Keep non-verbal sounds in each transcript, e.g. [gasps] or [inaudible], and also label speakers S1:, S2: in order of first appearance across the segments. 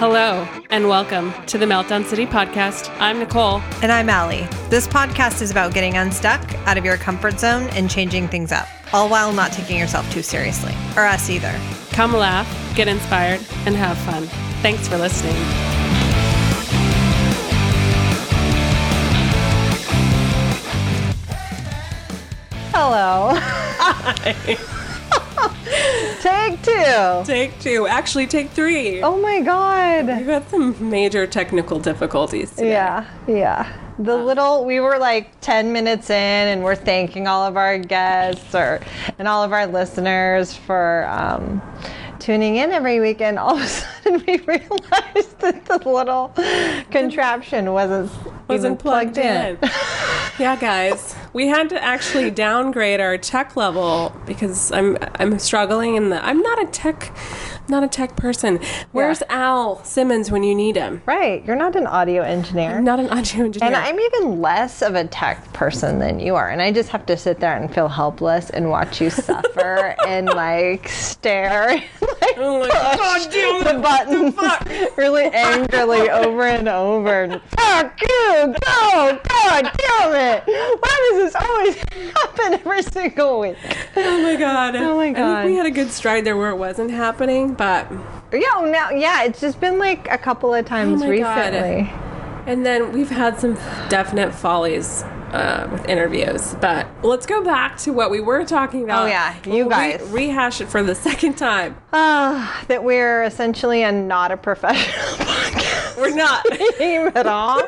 S1: Hello and welcome to the Meltdown City podcast. I'm Nicole.
S2: And I'm Allie. This podcast is about getting unstuck, out of your comfort zone, and changing things up, all while not taking yourself too seriously, or us either.
S1: Come laugh, get inspired, and have fun. Thanks for listening.
S2: [laughs]
S3: Hello. [laughs] Take two.
S1: Take two. Actually, take three.
S3: Oh my god.
S1: You had some major technical difficulties. today.
S3: Yeah, yeah. The little we were like 10 minutes in and we're thanking all of our guests or and all of our listeners for um tuning in every week and all of a [laughs] sudden we realized that the little contraption wasn't even
S1: Wasn't plugged, in.
S3: in.
S1: yeah, guys, we had to actually downgrade our tech level because I'm I'm struggling in the I'm not a tech not a tech person. Where's Al Simmons when you need him?
S3: [laughs] Right, you're not an audio engineer.
S1: I'm not an audio engineer.
S3: And I'm even less of a tech person than you are. And I just have to sit there and feel helpless and watch you suffer and like stare [laughs] and like
S1: Oh my
S3: [laughs]
S1: God, dude,
S3: the buttons [laughs] really angrily over and over. [laughs] Fuck you! Go! God damn it! Why does this always [laughs] happen every single week?
S1: Oh my god. Oh
S3: my
S1: I
S3: God.
S1: think we had a good stride there where it wasn't happening, but
S3: Yeah, now, yeah, it's just been like a couple of times
S1: my God.
S3: recently.
S1: and then we've had some definite follies uh, with interviews. But let's go back to what we were talking about.
S3: Oh, yeah, you guys.
S1: rehash it for the [laughs] second time.
S3: Ah, that we're essentially a not a professional [laughs] podcast.
S1: We're not.
S3: team at [laughs] all.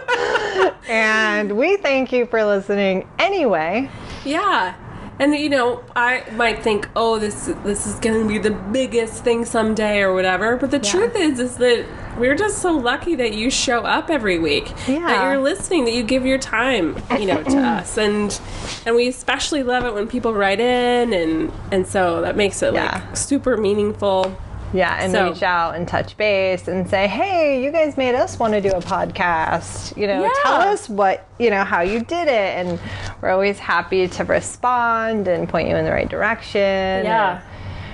S3: and we thank you for listening anyway.
S1: Yeah. And you know, I might think, "Oh, this this is going to be the biggest thing someday or whatever." But the truth is is that we're just so lucky that you show up every week. That
S3: Yeah.
S1: you're listening, that you give your time, you know,
S3: [clears throat]
S1: to us. And and we especially love it when people write in and and so that makes it
S3: Yeah.
S1: like super meaningful.
S3: Yeah, and
S1: So-
S3: reach out and touch base and say, hey, you guys made us want to do a podcast. You know,
S1: Yeah.
S3: tell us what, you know, how you did it. And we're always happy to respond and point you in the right direction.
S1: Yeah.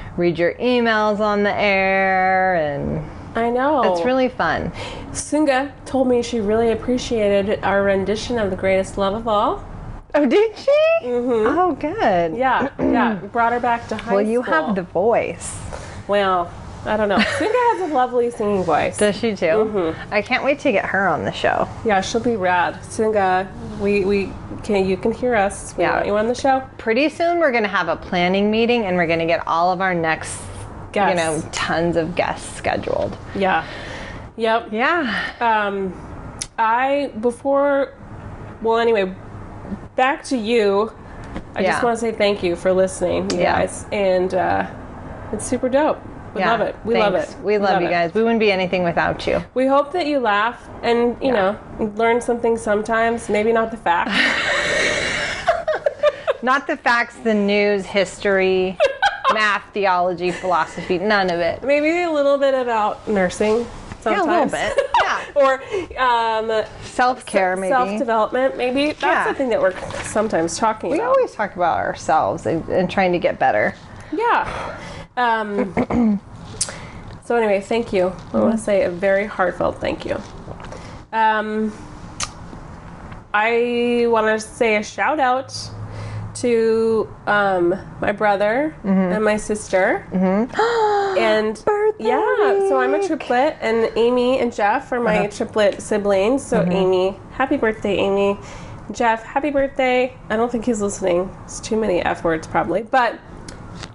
S3: and Read your emails on the air. And
S1: I know.
S3: it's really fun.
S1: Sunga told me she really appreciated our rendition of The Greatest Love of All.
S3: Oh, did she? Oh, good.
S1: Mm-hmm. Yeah,
S3: [clears throat]
S1: yeah, brought her back to high
S3: Well, you
S1: school.
S3: have the voice.
S1: Well, I don't know. Singa has a lovely singing voice.
S3: Does she too? Mm-hmm. I can't wait to get her on the show.
S1: Yeah, she'll be rad. Singa, we we can you can hear us. We
S3: Yeah.
S1: want you on the show.
S3: Pretty soon we're going to have a planning meeting and we're going to get all of our next, you
S1: Guests.
S3: know, tons of guests scheduled.
S1: Yeah. Yep.
S3: Yeah.
S1: Um, I before. Well, anyway, back to you. I just
S3: Yeah.
S1: want to say thank you for listening, you
S3: Yeah.
S1: guys, and uh, it's super dope. We
S3: Yeah.
S1: love it. We
S3: Thanks.
S1: love it.
S3: We love, you
S1: it.
S3: guys. We wouldn't be anything without you.
S1: We hope that you laugh and you know learn something sometimes. Maybe not the fact.
S3: Not the facts, the news,
S1: [laughs]
S3: history, math, theology, philosophy, none of it.
S1: Maybe a little bit about nursing.
S3: Yeah, a little
S1: Sometimes.
S3: bit. [laughs] Yeah.
S1: [laughs] or um,
S3: Self care, maybe.
S1: self development. Maybe that's
S3: Yeah.
S1: the thing that we're sometimes talking
S3: we
S1: about.
S3: always talk about ourselves and, and trying to get better.
S1: yeah. Um, so anyway, thank you. I want to say a very heartfelt thank you. Um, I want to say a shout out to um, my brother and my sister. and
S3: Birthday
S1: yeah, so I'm a triplet, and Amy and Jeff are my triplet siblings. So Amy, happy birthday, Amy. Jeff, happy birthday. I don't think he's listening. It's too many f words probably, but.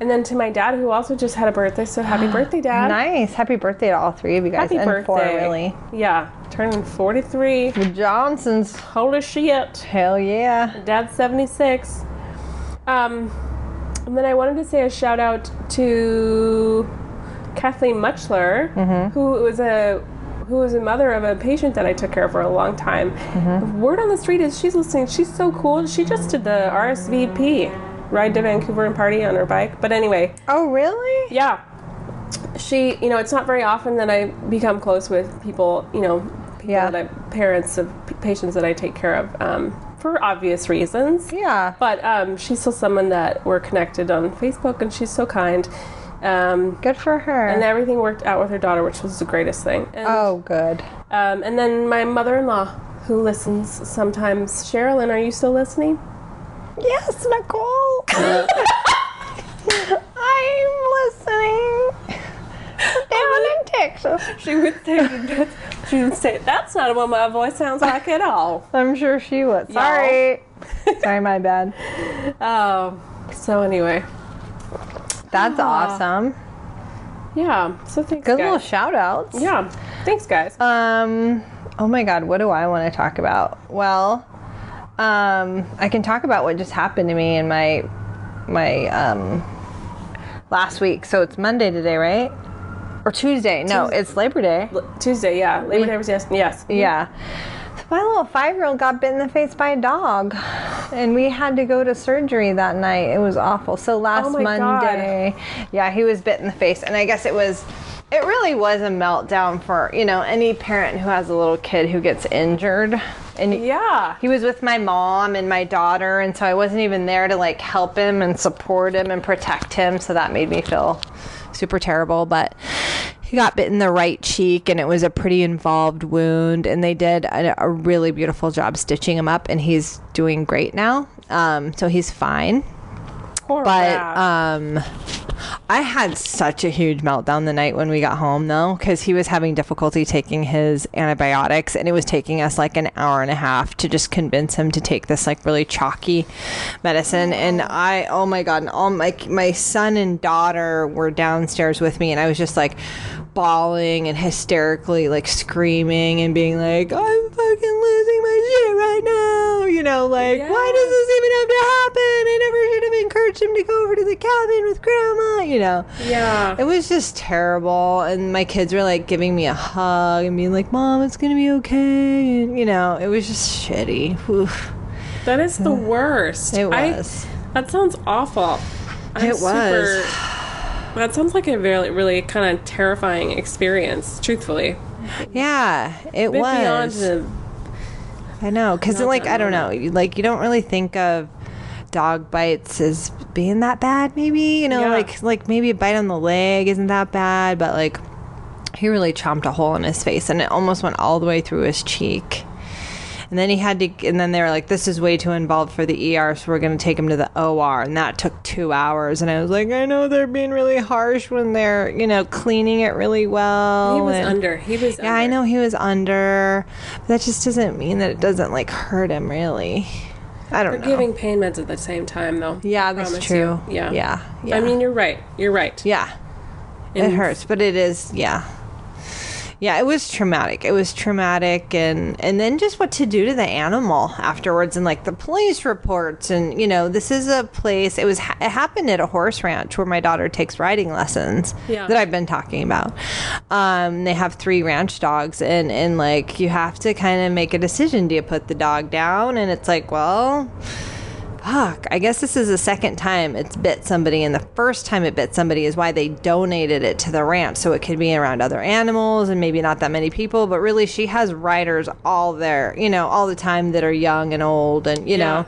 S1: And then to my dad, who also just had a birthday, so
S3: [gasps]
S1: happy birthday, Dad!
S3: Nice. Happy birthday to all three of you guys.
S1: Happy
S3: and
S1: birthday!
S3: four, really.
S1: Yeah, turning 43.
S3: The Johnsons.
S1: Holy shit!
S3: Hell yeah.
S1: Dad's 76. Um, and then I wanted to say a shout out to Kathleen Muchler,
S3: Mm-hmm.
S1: who was a who was a mother of a patient that I took care of for a long time.
S3: Mm-hmm.
S1: Word on the street is she's listening. She's so cool. She just did the RSVP ride to Vancouver and party on her bike. But anyway,
S3: Oh, really?
S1: yeah she you know it's not very often that i become close with people you know people
S3: Yeah.
S1: that i parents of p- patients that i take care of um, for obvious reasons
S3: Yeah.
S1: but um, she's still someone that we're connected on facebook and she's so kind Um,
S3: Good for her.
S1: and everything worked out with her daughter, which was the greatest thing. And,
S3: oh, good.
S1: um, and then my mother-in-law, who listens sometimes. Sherilyn, are you still listening?
S3: Yes, Nicole. [laughs] I'm listening. Down in Texas.
S1: She would say, [laughs] she would say, that's not what my voice sounds like at all.
S3: I'm sure she would. Sorry. [laughs] Sorry, my bad.
S1: Um, so anyway,
S3: That's awesome.
S1: yeah. So thanks,
S3: Good
S1: guys.
S3: little shout outs.
S1: yeah, thanks, guys.
S3: Um, oh my God, what do I want to talk about? Well, um, I can talk about what just happened to me in my my um, last week. So it's Monday today, right? Or Tuesday? No, it's Labor Day.
S1: L- Tuesday, yeah. Labor Day was yes. Yes.
S3: Yeah. So my little five year old got bit in the face by a dog, and we had to go to surgery that night. It was awful. So last
S1: Oh my God.
S3: Monday, yeah, he was bit in the face, and I guess it was. It really was a meltdown for you know any parent who has a little kid who gets injured, and
S1: Yeah.
S3: he was with my mom and my daughter, and so I wasn't even there to like help him and support him and protect him. So that made me feel super terrible. But he got bit in the right cheek, and it was a pretty involved wound. And they did a, a really beautiful job stitching him up, and he's doing great now. Um, so he's fine.
S1: Poor
S3: But
S1: rat.
S3: um, I had such a huge meltdown the night when we got home, though, because he was having difficulty taking his antibiotics, and it was taking us like an hour and a half to just convince him to take this like really chalky medicine. And I, oh my god, and all my my son and daughter were downstairs with me, and I was just like bawling and hysterically like screaming and being like, I'm fucking losing my shit right now, you know, like why does this even have to happen? I never should have encouraged him to go over to the cabin with grandma, you know.
S1: yeah.
S3: It was just terrible. And my kids were like giving me a hug and being like, Mom, it's going to be okay. And, you know, it was just shitty. Oof.
S1: That is the worst.
S3: Mm. It
S1: I-
S3: was.
S1: that sounds awful. I'm
S3: It was.
S1: that sounds like a really, really kind of terrifying experience. Truthfully,
S3: Yeah, it
S1: Bit
S3: was.
S1: beyond the
S3: I know, because like I don't know, you- like you don't really think of dog bites as being that bad. Maybe you know,
S1: Yeah.
S3: like like maybe a bite on the leg isn't that bad, but like he really chomped a hole in his face, and it almost went all the way through his cheek. And then he had to, and then they were like, "This is way too involved for the ER, so we're going to take him to the OR." And that took two hours. And I was like, "I know they're being really harsh when they're, you know, cleaning it really well."
S1: he was
S3: and-
S1: under. He was.
S3: yeah, I know he was under, but that just doesn't mean that it doesn't like hurt him really. I don't know.
S1: Giving pain meds at the same time, though.
S3: yeah,
S1: I
S3: that's
S1: promise
S3: true.
S1: you. Yeah.
S3: yeah, yeah.
S1: I mean, you're right. You're right.
S3: yeah, it
S1: And-
S3: hurts, but it is yeah, yeah. It was traumatic. It was traumatic, and and then just what to do to the animal afterwards, and like the police reports, and you know, this is a place. It was it happened at a horse ranch where my daughter takes riding lessons.
S1: Yeah.
S3: that I've been talking about. Um, they have three ranch dogs, and and like you have to kind of make a decision. Do you put the dog down? And it's like, well, fuck. I guess this is the second time it's bit somebody, and the first time it bit somebody is why they donated it to the ranch, so it could be around other animals and maybe not that many people. But really, she has riders all there, you know, all the time that are young and old, and you know.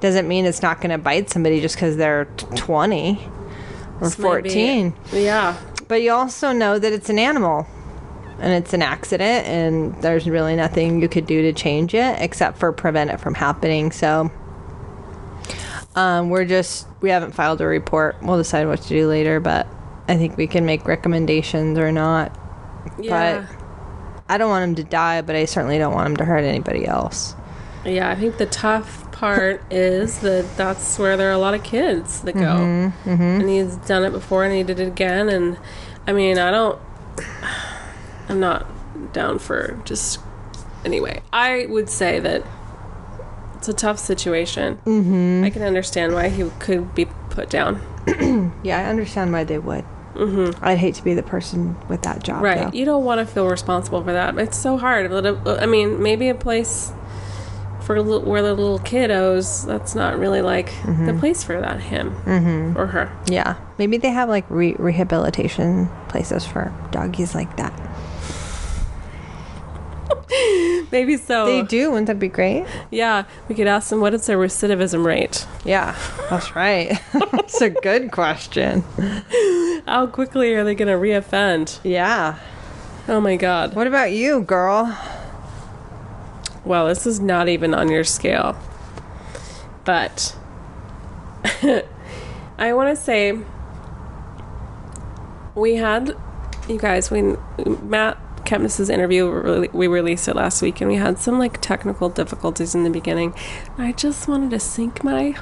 S3: Doesn't mean it's not going to bite somebody just because they're t- 20 or
S1: This might be-
S3: 14
S1: Yeah.
S3: but you also know that it's an animal and it's an accident and there's really nothing you could do to change it except for prevent it from happening so um, we're just we haven't filed a report we'll decide what to do later but i think we can make recommendations or not
S1: Yeah.
S3: but i don't want him to die but i certainly don't want him to hurt anybody else
S1: yeah. I think the tough part is that that's where there are a lot of kids that go, and he's done it before, and he did it again, and I mean, I don't. [sighs] I'm not down for just. Anyway, I would say that it's a tough situation. Mm-hmm. I can understand why he could be put down.
S3: yeah i understand why they would mm-hmm. i'd hate to be the person with that job
S1: Right.
S3: though.
S1: You don't want to feel responsible for that. It's so hard. But uh, I mean, maybe a place for li- where the little kiddos, that's not really like the place for that him or her.
S3: Yeah, maybe they have like re- rehabilitation places for doggies like that.
S1: Maybe so.
S3: They do. Wouldn't that be great?
S1: Yeah, we could ask them what is their recidivism rate?
S3: Yeah.
S4: That's
S3: [laughs]
S4: right. It's a good question.
S1: How quickly are they going to reoffend?
S4: Yeah.
S1: Oh my god.
S3: What about you, girl?
S1: Well, this is not even on your scale. But [laughs] I want to say we had you guys when Matt Kempnis's interview really, we released it last week and we had some like technical difficulties in the beginning. I just wanted to sink my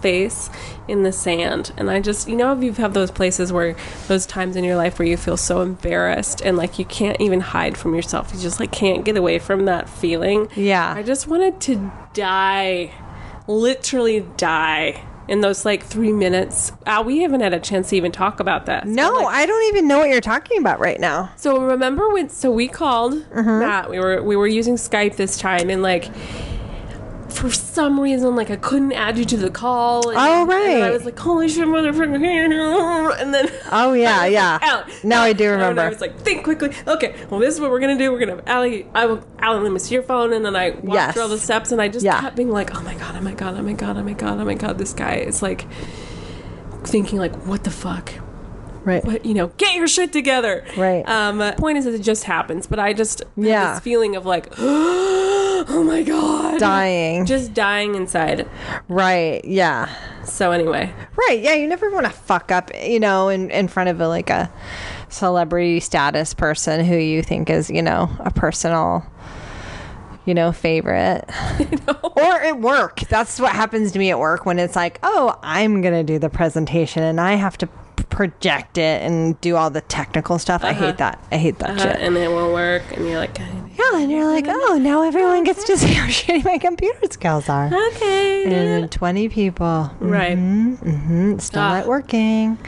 S1: face in the sand and I just you know if you have those places where those times in your life where you feel so embarrassed and like you can't even hide from yourself. You just like can't get away from that feeling.
S3: Yeah.
S1: I just wanted to die. Literally die. In those like three minutes, uh, we haven't had a chance to even talk about that.
S3: No, I don't even know what you're talking about right now.
S1: So remember when? So we called
S3: Uh-huh.
S1: Matt. We were we were using Skype this time, and like for some reason, like I couldn't add you to the call. And,
S3: Oh,
S1: And then I
S3: right.
S1: was like, holy shit, motherfucker! [laughs] And then [laughs]
S3: Oh yeah, yeah.
S1: out.
S3: Now I do
S1: And
S3: remember.
S1: I was like, think quickly. Okay, well, this is what we're gonna do. We're gonna Allie, I will Allie Loomis your phone, and then I walked
S3: Yes.
S1: through all the steps, and I just
S3: Yeah.
S1: kept being like, oh my god, oh my god, oh my god, oh my god, oh my god, this guy is like thinking like, what the fuck,
S3: right.
S1: but you know, get your shit together.
S3: Right.
S1: Um, uh, point is that it just happens, but I just had
S3: Yeah.
S1: this feeling of like, [gasps] oh my god,
S3: Dying.
S1: just dying inside.
S3: Right. Yeah.
S1: So anyway, [laughs]
S3: Right. Yeah. You never want to fuck up, you know, in, in front of a, like a celebrity status person who you think is, you know, a personal, you know, favorite. Or at work. That's what happens to me at work when it's like, oh, I'm going to do the presentation and I have to p- project it and do all the technical stuff. I hate that. I hate that
S1: uh,
S3: shit.
S1: and it won't work, and you're like,
S3: Yeah, and you're like, oh, now everyone gets to see how [laughs] shitty my computer skills are.
S1: okay,
S3: And then 20 people.
S1: right.
S3: Mm, it's Still
S1: Ah.
S3: not working.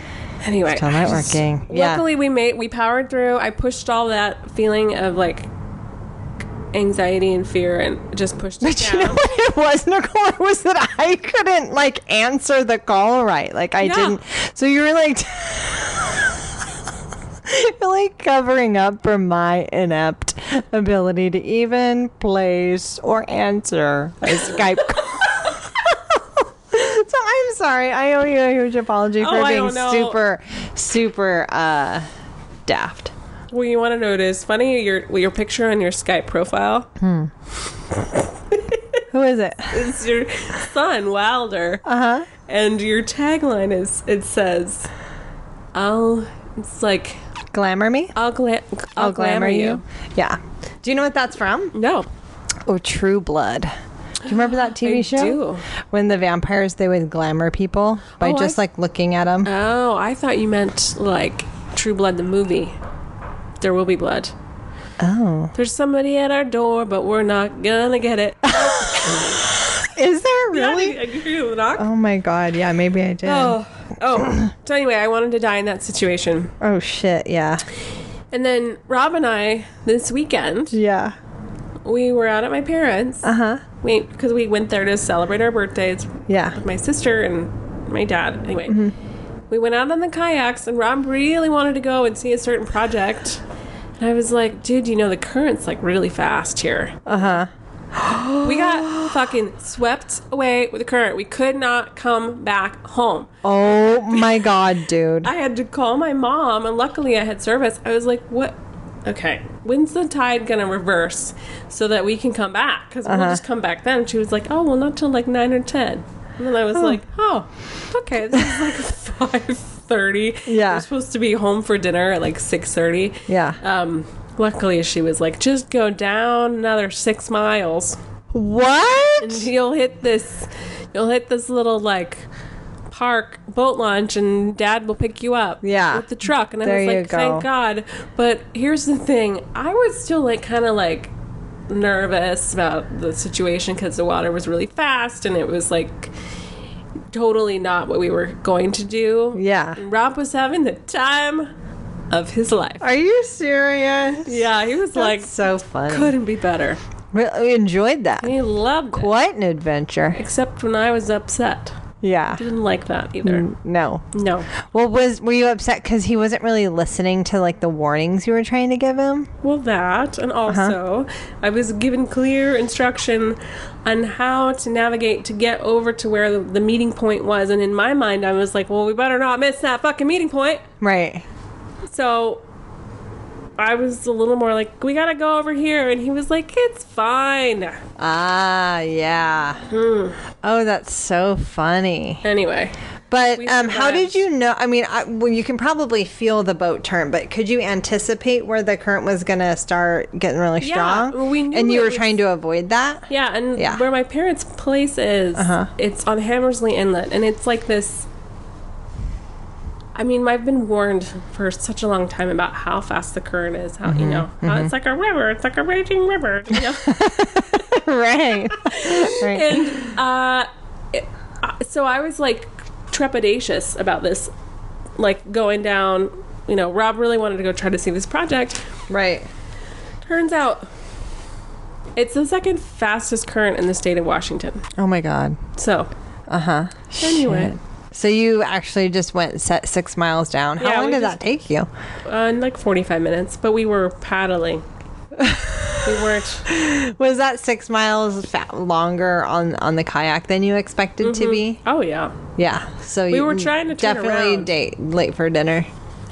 S1: Anyway, [laughs]
S3: Still not
S1: I just-
S3: working. Yeah.
S1: Luckily, we made we powered through. I pushed all that feeling of like anxiety and fear, and just pushed it
S3: But you know
S1: down.
S3: what it was, Nicole? It was that I couldn't like answer the call right. Like I
S1: Yeah.
S3: didn't. So you were like, [laughs] you're like covering up for my inept ability to even place or answer a Skype call. [laughs] so I'm sorry. I owe you a huge apology for
S1: Oh, I
S3: being
S1: don't know.
S3: super, super uh, daft.
S1: Well, you want to know it is funny your your picture on your Skype profile.
S3: Who is it?
S1: It's your son Wilder,
S3: Uh huh.
S1: and your tagline is it says, "I'll." It's like
S3: Glamour me.
S1: I'll gla- I'll, glamour, you.
S3: Yeah. Do you know what that's from?
S1: No,
S3: Oh, True Blood. Do you remember that
S1: [gasps]
S3: TV
S1: I
S3: show?
S1: do.
S3: When the vampires they would glamour people by
S1: Oh,
S3: just
S1: I-
S3: like looking at them.
S1: oh, I thought you meant like True Blood the movie. There will be blood.
S3: oh,
S1: There's somebody at our door, but we're not gonna get it.
S3: is there [laughs] really?
S1: Yeah, I- I hear the knock.
S3: Oh my god, yeah, maybe I did. Oh,
S1: Oh, oh. So anyway, I wanted to die in that situation,
S3: Oh, shit, yeah,
S1: and then Rob and I this weekend
S3: yeah.
S1: we were out at my parents.
S3: Uh huh.
S1: we because we went there to celebrate our birthdays
S3: Yeah.
S1: with my sister and my dad anyway we went out on the kayaks and rob really wanted to go and see a certain project and i was like dude you know the current's like really fast here
S3: Uh
S1: uh-huh [gasps] we got fucking swept away with the current we could not come back home
S3: Oh my god, dude.
S1: I had to call my mom, and luckily I had service. I was like, what? Okay, when's the tide gonna reverse so that we can come back? Because we'll
S3: Uh-huh.
S1: just come back then. She was like, oh, well, not till like nine or ten. And then I was like, oh, okay, this is like [laughs] five thirty.
S3: Yeah.
S1: we're supposed to be home for dinner at like six thirty.
S3: Yeah.
S1: Um, luckily she was like, just go down another six miles
S3: What?
S1: and [laughs] you'll hit this you'll hit this little like park boat launch and dad will pick you up
S3: Yeah.
S1: with the truck and i
S3: There
S1: was
S3: you
S1: like thank
S3: go.
S1: god but here's the thing i was still like kind of like nervous about the situation because the water was really fast and it was like totally not what we were going to do
S3: Yeah.
S1: and rob was having the time of his life
S3: Are you serious?
S1: yeah he was like
S3: Like so funny.
S1: couldn't be better
S3: Really enjoyed that.
S1: he loved it
S3: What an adventure.
S1: except when i was upset
S3: Yeah.
S1: Didn't like that either.
S3: No.
S1: No.
S3: Well, was were you upset because he wasn't really listening to like the warnings you were trying to give him?
S1: Well, that, and also, I was given clear instruction on how to navigate to get over to where the, the meeting point was. And in my mind, I was like, well, we better not miss that fucking meeting point.
S3: Right.
S1: So I was a little more like, we gotta go over here. And he was like, it's fine.
S3: Ah, yeah.
S1: Hmm.
S3: Oh, that's so funny.
S1: Anyway,
S3: But
S1: We
S3: um, how did
S1: survived.
S3: you know? I mean, I, well, you can probably feel the boat turn, but could you anticipate where the current was going to start getting really
S1: Yeah,
S3: strong?
S1: well, we knew
S3: and you
S1: it
S3: were
S1: was-
S3: trying to avoid
S1: [laughs]
S3: that. [laughs]
S1: yeah, and
S3: Yeah.
S1: where my parents' place is, it's on Hammersley Inlet. And it's like this. I mean, I've been warned for such a long time about how fast the current is. How you know, how it's like a river. It's like a raging river. You know? [laughs]
S3: right. right.
S1: and uh, it, uh, so I was like trepidatious about this, like going down. You know, Rob really wanted to go try to see this project.
S4: Right.
S1: Turns out, it's the second fastest current in the state of Washington.
S3: Oh my God.
S1: So
S3: Uh huh.
S1: Anyway.
S3: So you actually just went set six miles down. How
S1: Yeah,
S3: long
S1: we
S3: did
S1: just-
S3: that take you?
S1: uh, in like 45 minutes, but we were paddling.
S3: [laughs]
S1: we weren't.
S3: Was that six miles fa- longer on on the kayak than you expected to be?
S1: Oh yeah.
S3: Yeah. So we you
S1: were trying to turn
S3: definitely
S1: around.
S3: date late for dinner.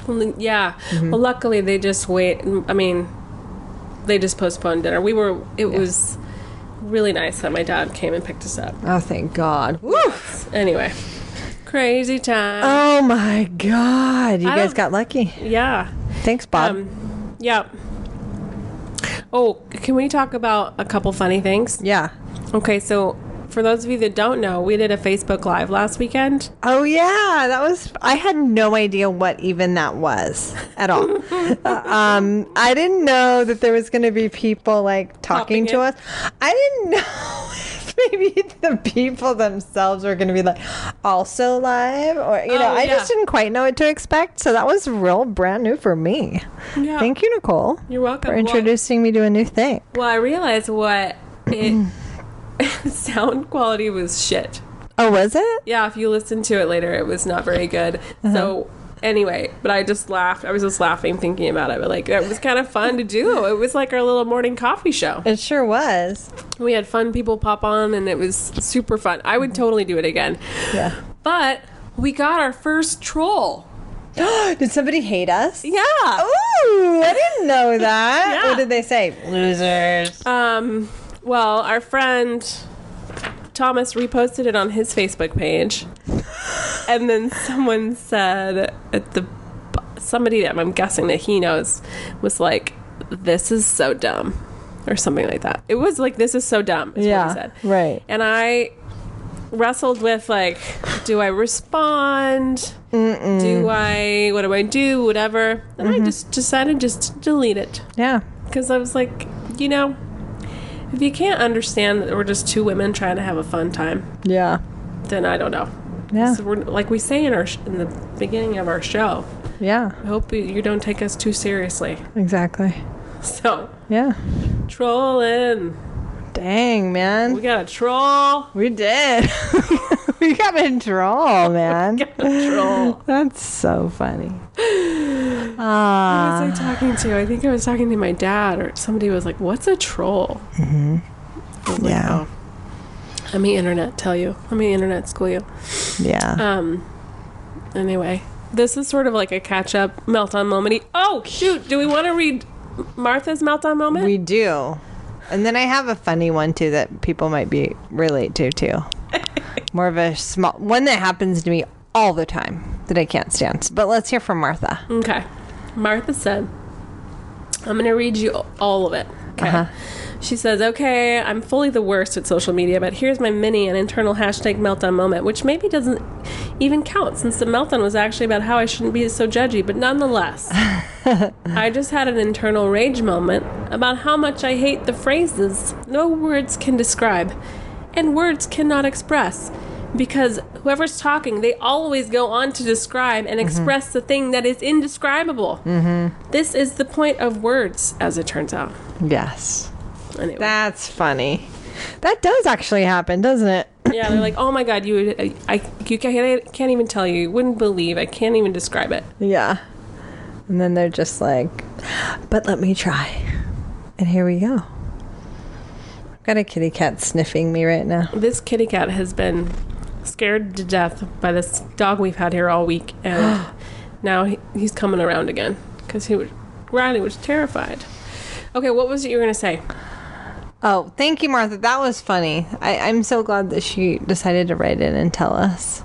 S1: Well, Yeah.
S3: Mm-hmm.
S1: Well, luckily they just wait. I mean, they just postponed dinner. We were. It was really nice that my dad came and picked us up.
S3: Oh, thank God. Woo!
S1: Anyway, crazy time.
S3: Oh my God. You
S1: I
S3: guys
S1: don't-
S3: got lucky.
S1: yeah.
S3: Thanks, Bob.
S1: Um, yeah. Oh, can we talk about a couple funny things?
S3: yeah.
S1: Okay, so for those of you that don't know, we did a Facebook Live last weekend.
S3: Oh yeah, that was. I had no idea what even that was
S1: [laughs]
S3: at all. um, I didn't know that there was going to be people like
S1: Popping
S3: talking to
S1: in.
S3: us. I didn't [laughs] know if maybe the people themselves were going to be like also live, or you know,
S1: Oh,
S3: I
S1: yeah.
S3: just didn't quite know what to expect. So that was real brand new for me.
S1: Yeah.
S3: Thank you, Nicole,
S1: Oh. You're welcome.
S3: for
S1: Well-
S3: introducing me to a new thing.
S1: Well, I realized what it [laughs] sound quality was shit.
S3: Oh, was it?
S1: Yeah, if you listen to it later, it was not very good. So anyway, but I just laughed. I was just laughing thinking about it, but like it was kind of fun to do. It was like our little morning coffee show.
S3: It sure was.
S1: We had fun people pop on, and it was super fun. I would totally do it again.
S3: Yeah.
S1: But we got our first troll.
S3: [gasps] Did somebody hate us?
S1: Yeah.
S3: Oh, Ooh, I didn't know that.
S1: [laughs] Yeah.
S3: What did they say? Losers.
S1: Um, well, our friend Thomas reposted it on his Facebook page, and then someone said at the somebody that I'm guessing that he knows was like, "This is so dumb," or something like that. It was like, "This is so dumb." Is what
S3: Yeah,
S1: he said.
S3: right.
S1: And I wrestled with like, do I respond? Do I? What do I do? Whatever. And I just decided just to delete it
S3: Yeah.
S1: because I was like, you know, if you can't understand that we're just two women trying to have a fun time,
S3: Yeah.
S1: then I don't know.
S3: Yeah.
S1: So we're, like we say in our sh- in the beginning of our show,
S3: Yeah.
S1: I hope you, you don't take us too seriously. [laughs]
S3: Exactly.
S1: So
S3: Yeah.
S1: trolling,
S3: Dang, man.
S1: we
S3: We,
S1: got a troll, [laughs]
S3: did. [laughs] we got
S1: [laughs]
S3: in troll, man.
S1: got a
S3: [laughs]
S1: troll.
S3: That's so funny.
S1: Who
S3: Ah.
S1: was I talking to? I think I was talking to my dad, or somebody was like, "What's a troll?" Mm-hmm. I was like,
S3: Yeah.
S1: "Oh, let me internet tell you. Let me internet school you."
S3: Yeah.
S1: Um. Anyway, this is sort of like a catch-up meltdown moment. Oh shoot! Do we want to read Martha's meltdown moment?
S3: we do. And then I have a funny one too that people might be relate to too. More of a small one that happens to me all the time that I can't stand. But let's hear from Martha.
S1: okay. Martha said, "I'm going to read you all of it." Okay. She says, "Okay, I'm fully the worst at social media, but here's my mini and internal hashtag meltdown moment, which maybe doesn't even count since the meltdown was actually about how I shouldn't be so judgy, but nonetheless." I just had an internal rage moment about how much I hate the phrases no words can describe and words cannot express. Because whoever's talking, they always go on to describe and express the thing that is indescribable. This is the point of words, as it turns out.
S3: Yes.
S1: Anyway,
S3: That's funny. That does actually happen, doesn't it?
S1: Yeah, they're like, oh my god, you, would- I, I you can't, I can't even tell you. You wouldn't believe. I can't even describe it.
S3: Yeah. And then they're just like, but let me try. And here we go. I've got a kitty cat sniffing me right now.
S1: This kitty cat has been scared to death by this dog we've had here all week,
S3: [gasps]
S1: and now he, he's coming around again because he was Riley was terrified. Okay, what was it you were gonna say?
S3: Oh, thank you, Martha. That was funny. I, I'm so glad that she decided to write in and tell us.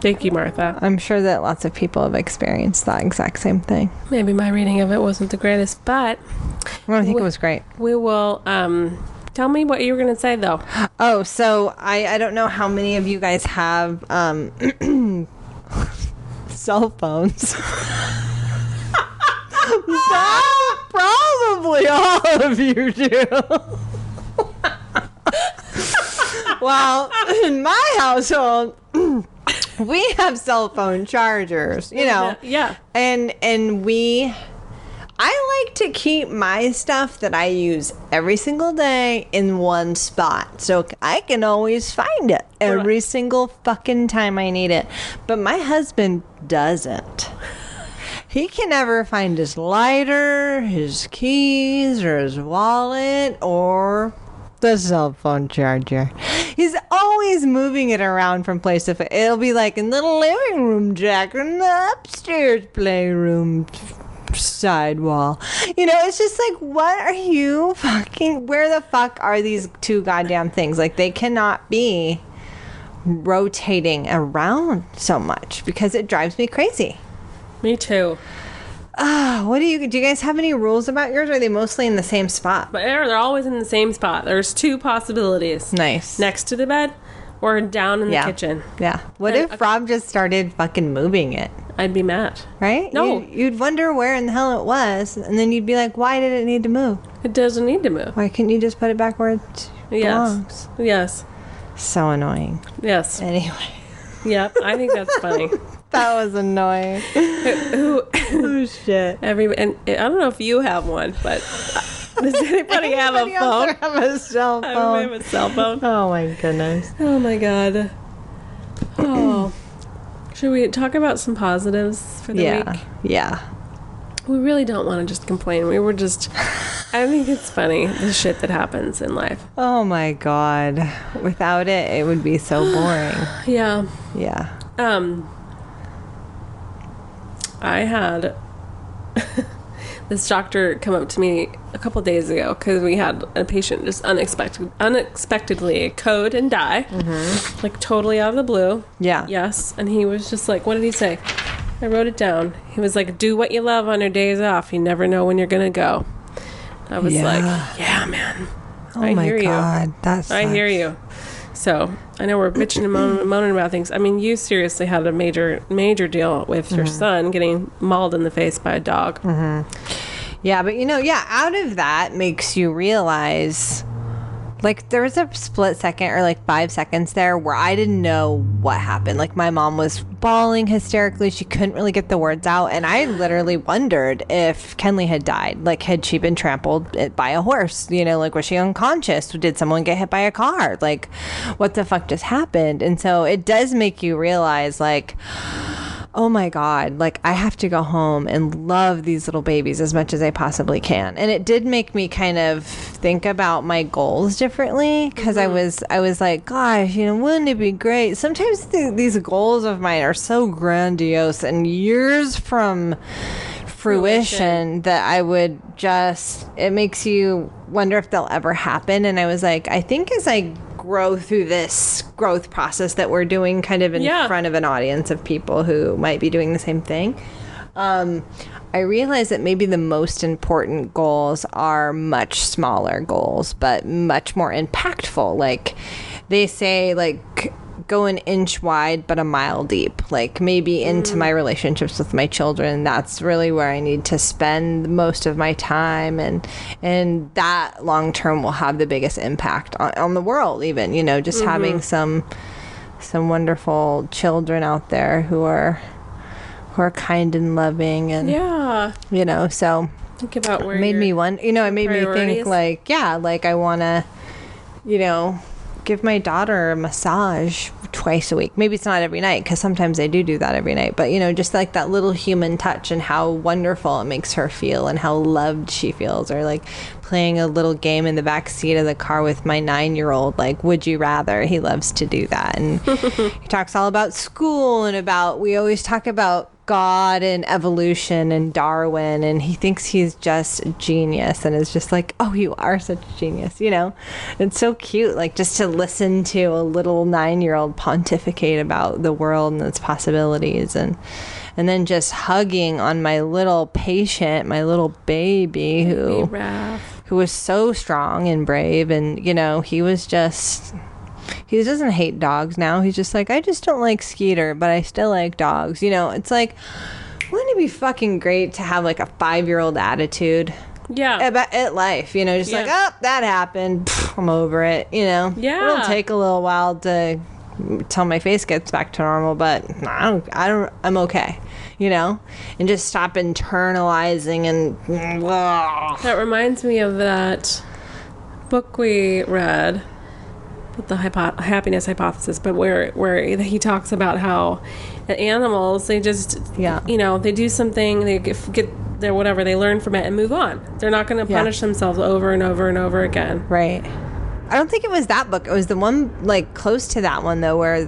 S1: Thank you, Martha.
S3: I'm sure that lots of people have experienced that exact same thing.
S1: Maybe my reading of it wasn't the greatest, but
S3: Well, I think
S1: Wh-
S3: it was great.
S1: we will. Um, tell me what you were gonna say though.
S3: Oh, so I, I don't know how many of you guys have um, [coughs] cell phones. [laughs] Prob- Probably all of you do. [laughs] well, in my household, [coughs] we have cell phone chargers, you know.
S1: Yeah.
S3: And and we I like to keep my stuff that I use every single day in one spot so I can always find it every single fucking time I need it. But my husband doesn't. He can never find his lighter, his keys, or his wallet, or the cell phone charger. He's always moving it around from place to place. It'll be like in the living room jack or in the upstairs playroom sidewall. You know, it's just like, what are you fucking? Where the fuck are these two goddamn things? Like, they cannot be rotating around so much because it drives me crazy.
S1: Me too.
S3: Ah, what do you do? You guys have any rules about yours? Or are they mostly in the same spot?
S1: But they're, they're always in the same spot. There's two possibilities.
S3: Nice.
S1: Next to the bed or down in the
S3: Yeah.
S1: kitchen.
S3: Yeah. What
S1: And-
S3: if Rob just started fucking moving it?
S1: I'd be mad.
S3: Right?
S1: No.
S3: You'd, you'd wonder where in the hell it was, and then you'd be like, "Why did it need to move?
S1: It doesn't need to move.
S3: Why couldn't you just put it back where it
S1: Yes.
S3: belongs?"
S1: Yes.
S3: So annoying.
S1: Yes.
S3: Anyway. [laughs]
S1: Yep. I think that's funny.
S3: That was annoying.
S1: [laughs] Who
S3: oh [laughs] shit.
S1: every and I don't know if you have one, but uh, does anybody have a
S3: Anybody else
S1: phone?
S3: Have a cell
S1: I don't have
S3: phone.
S1: a cell phone.
S3: Oh my goodness.
S1: Oh my god. Oh. Should we talk about some positives for the
S3: Yeah.
S1: week?
S3: Yeah.
S1: We really don't want to just complain. We were just I think it's funny the shit that happens in life.
S3: Oh my god. Without it, it would be so
S1: [gasps]
S3: boring.
S1: Yeah.
S3: Yeah.
S1: Um, I had [laughs] this doctor come up to me a couple days ago because we had a patient just unexpected, unexpectedly code and die, like totally out of the blue.
S3: Mm-hmm. Yeah.
S1: Yes, and he was just like, "What did he say?" I wrote it down. He was like, "Do what you love on your days off. You never know when you're gonna go." I was
S3: Yeah.
S1: like, "Yeah, man."
S3: Oh
S1: I
S3: my
S1: hear you.
S3: god. That's.
S1: I hear you. So I know we're bitching and
S3: [clears throat]
S1: moaning, moaning about things. I mean, you seriously had a major, major deal with your
S3: Mm-hmm.
S1: son getting mauled in the face by a dog.
S3: Yeah, but you know, yeah, out of that makes you realize like there was a split second or like five seconds there where I didn't know what happened. Like my mom was bawling hysterically. She couldn't really get the words out. And I literally wondered if Kenley had died. Like, had she been trampled it- by a horse? You know, like, was she unconscious? Did someone get hit by a car? Like, what the fuck just happened? And so it does make you realize, like, oh my god like i have to go home and love these little babies as much as i possibly can and it did make me kind of think about my goals differently because i was i was like gosh you know wouldn't it be great sometimes th- these goals of mine are so grandiose and years from fruition that I would just it makes you wonder if they'll ever happen and I was like I think as I grow through this growth process that we're doing kind of in
S1: Yeah.
S3: front of an audience of people who might be doing the same thing um I realize that maybe the most important goals are much smaller goals but much more impactful like they say like go an inch wide but a mile deep like maybe into my relationships with my children that's really where i need to spend most of my time and and that long term will have the biggest impact on, on the world even you know just having some some wonderful children out there who are who are kind and loving and
S1: Yeah,
S3: you know so
S1: think about where
S3: made
S1: you're-
S3: me one you know it made me
S1: priorities?
S3: think like yeah like i want to you know give my daughter a massage twice a week. Maybe it's not every night because sometimes I do do that every night. But you know, just like that little human touch and how wonderful it makes her feel and how loved she feels, or like playing a little game in the back seat of the car with my nine-year-old. Like, would you rather? He loves to do that, and
S1: [laughs]
S3: he talks all about school and about. We always talk about God and evolution and Darwin, and he thinks he's just a genius and is just like, oh, you are such a genius, you know? It's so cute, like just to listen to a little nine year old pontificate about the world and its possibilities and and then just hugging on my little patient, my little baby who
S1: Raph.
S3: who was so strong and brave and you know, he was just he doesn't hate dogs now. He's just like, I just don't like Skeeter, but I still like dogs. You know, it's like, wouldn't it be fucking great to have like a five year old attitude
S1: Yeah.
S3: about at life? You know, just like,
S1: Yeah.
S3: oh, that happened. Pfft, I'm over it. You know,
S1: Yeah.
S3: it'll take a little while to till my face gets back to normal, but I don't, I don't, I'm okay. You know, and just stop internalizing and.
S1: That reminds me of that book we read, the hypo- happiness hypothesis, but where where he talks about how animals they just
S3: Yeah.
S1: you know they do something they get, get their whatever they learn from it and move on. They're not going to
S3: Yeah.
S1: punish themselves over and over and over again.
S3: Right. I don't think it was that book. It was the one like close to that one though, where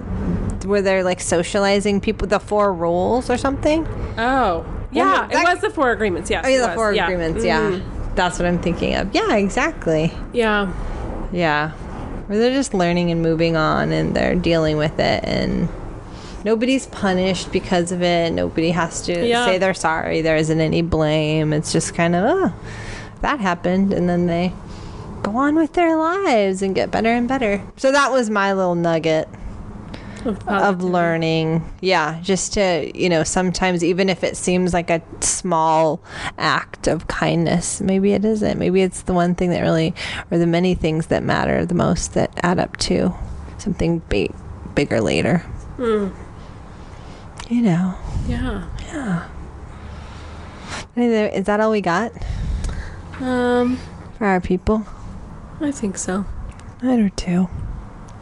S3: where they're like socializing people the four rules or something.
S1: Oh. Yeah,
S3: that-
S1: it was the four agreements. Yes,
S3: Oh yeah,
S1: it
S3: the
S1: was,
S3: four
S1: yeah.
S3: agreements.
S1: Mm,
S3: Yeah, that's what I'm thinking of. Yeah, exactly.
S1: yeah,
S3: Yeah, where they're just learning and moving on, and they're dealing with it, and nobody's punished because of it. Nobody has to
S1: Yeah.
S3: say they're sorry. There isn't any blame. It's just kind of oh, that happened, and then they go on with their lives and get better and better. So that was my little nugget
S1: Of-
S3: of learning. Yeah, just to, you know, sometimes even if it seems like a small act of kindness, maybe it isn't. Maybe it's the one thing that really, or the many things that matter the most that add up to something big, bigger later. You know.
S1: Mm, yeah.
S3: Anyway, Is that all we got
S1: Um,
S3: for our people?
S1: I think so.
S3: I do too.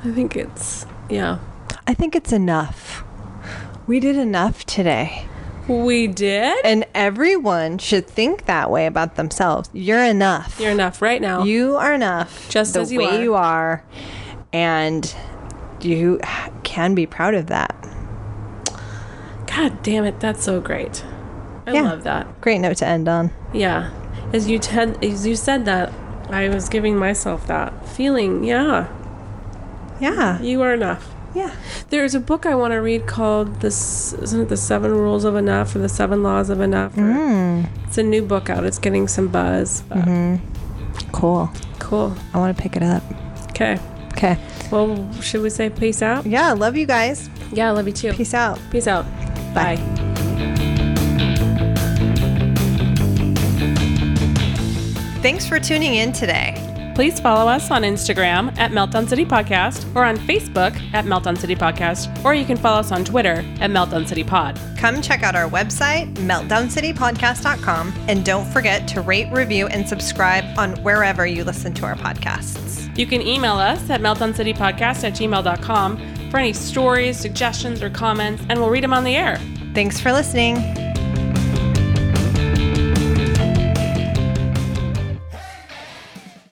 S1: I think it's yeah.
S3: I think it's enough. We did enough today.
S1: We did.
S3: And everyone should think that way about themselves. You're enough.
S1: You're enough right now.
S3: You are enough.
S1: Just
S3: the
S1: as you
S3: way
S1: are.
S3: you are. And you can be proud of that.
S1: God damn it, that's so great. I
S3: Yeah.
S1: love that.
S3: Great note to end on.
S1: Yeah. As you ten- as you said that, I was giving myself that feeling. Yeah,
S3: Yeah.
S1: you are enough.
S3: Yeah.
S1: There's a book I want to read called "This Isn't it the Seven Rules of Enough" or the Seven Laws of Enough. or-
S3: Mm.
S1: It's a new book out. It's getting some buzz. But
S3: Mm-hmm. Cool.
S1: Cool.
S3: I want to pick it up.
S1: Okay.
S3: Okay.
S1: Well, should we say peace out?
S3: Yeah. Love you guys.
S1: Yeah, love you too.
S3: Peace out.
S1: Peace out.
S3: Bye.
S1: Bye.
S3: Thanks for tuning in today.
S1: Please follow us on Instagram at Meltdown City Podcast or on Facebook at Meltdown City Podcast, or you can follow us on Twitter at Meltdown City Pod.
S3: Come check out our website, meltdowncitypodcast.com, and don't forget to rate, review, and subscribe on wherever you listen to our podcasts.
S1: You can email us at meltdowncitypodcast at gmail.com for any stories, suggestions, or comments, and we'll read them on the air.
S3: Thanks for listening.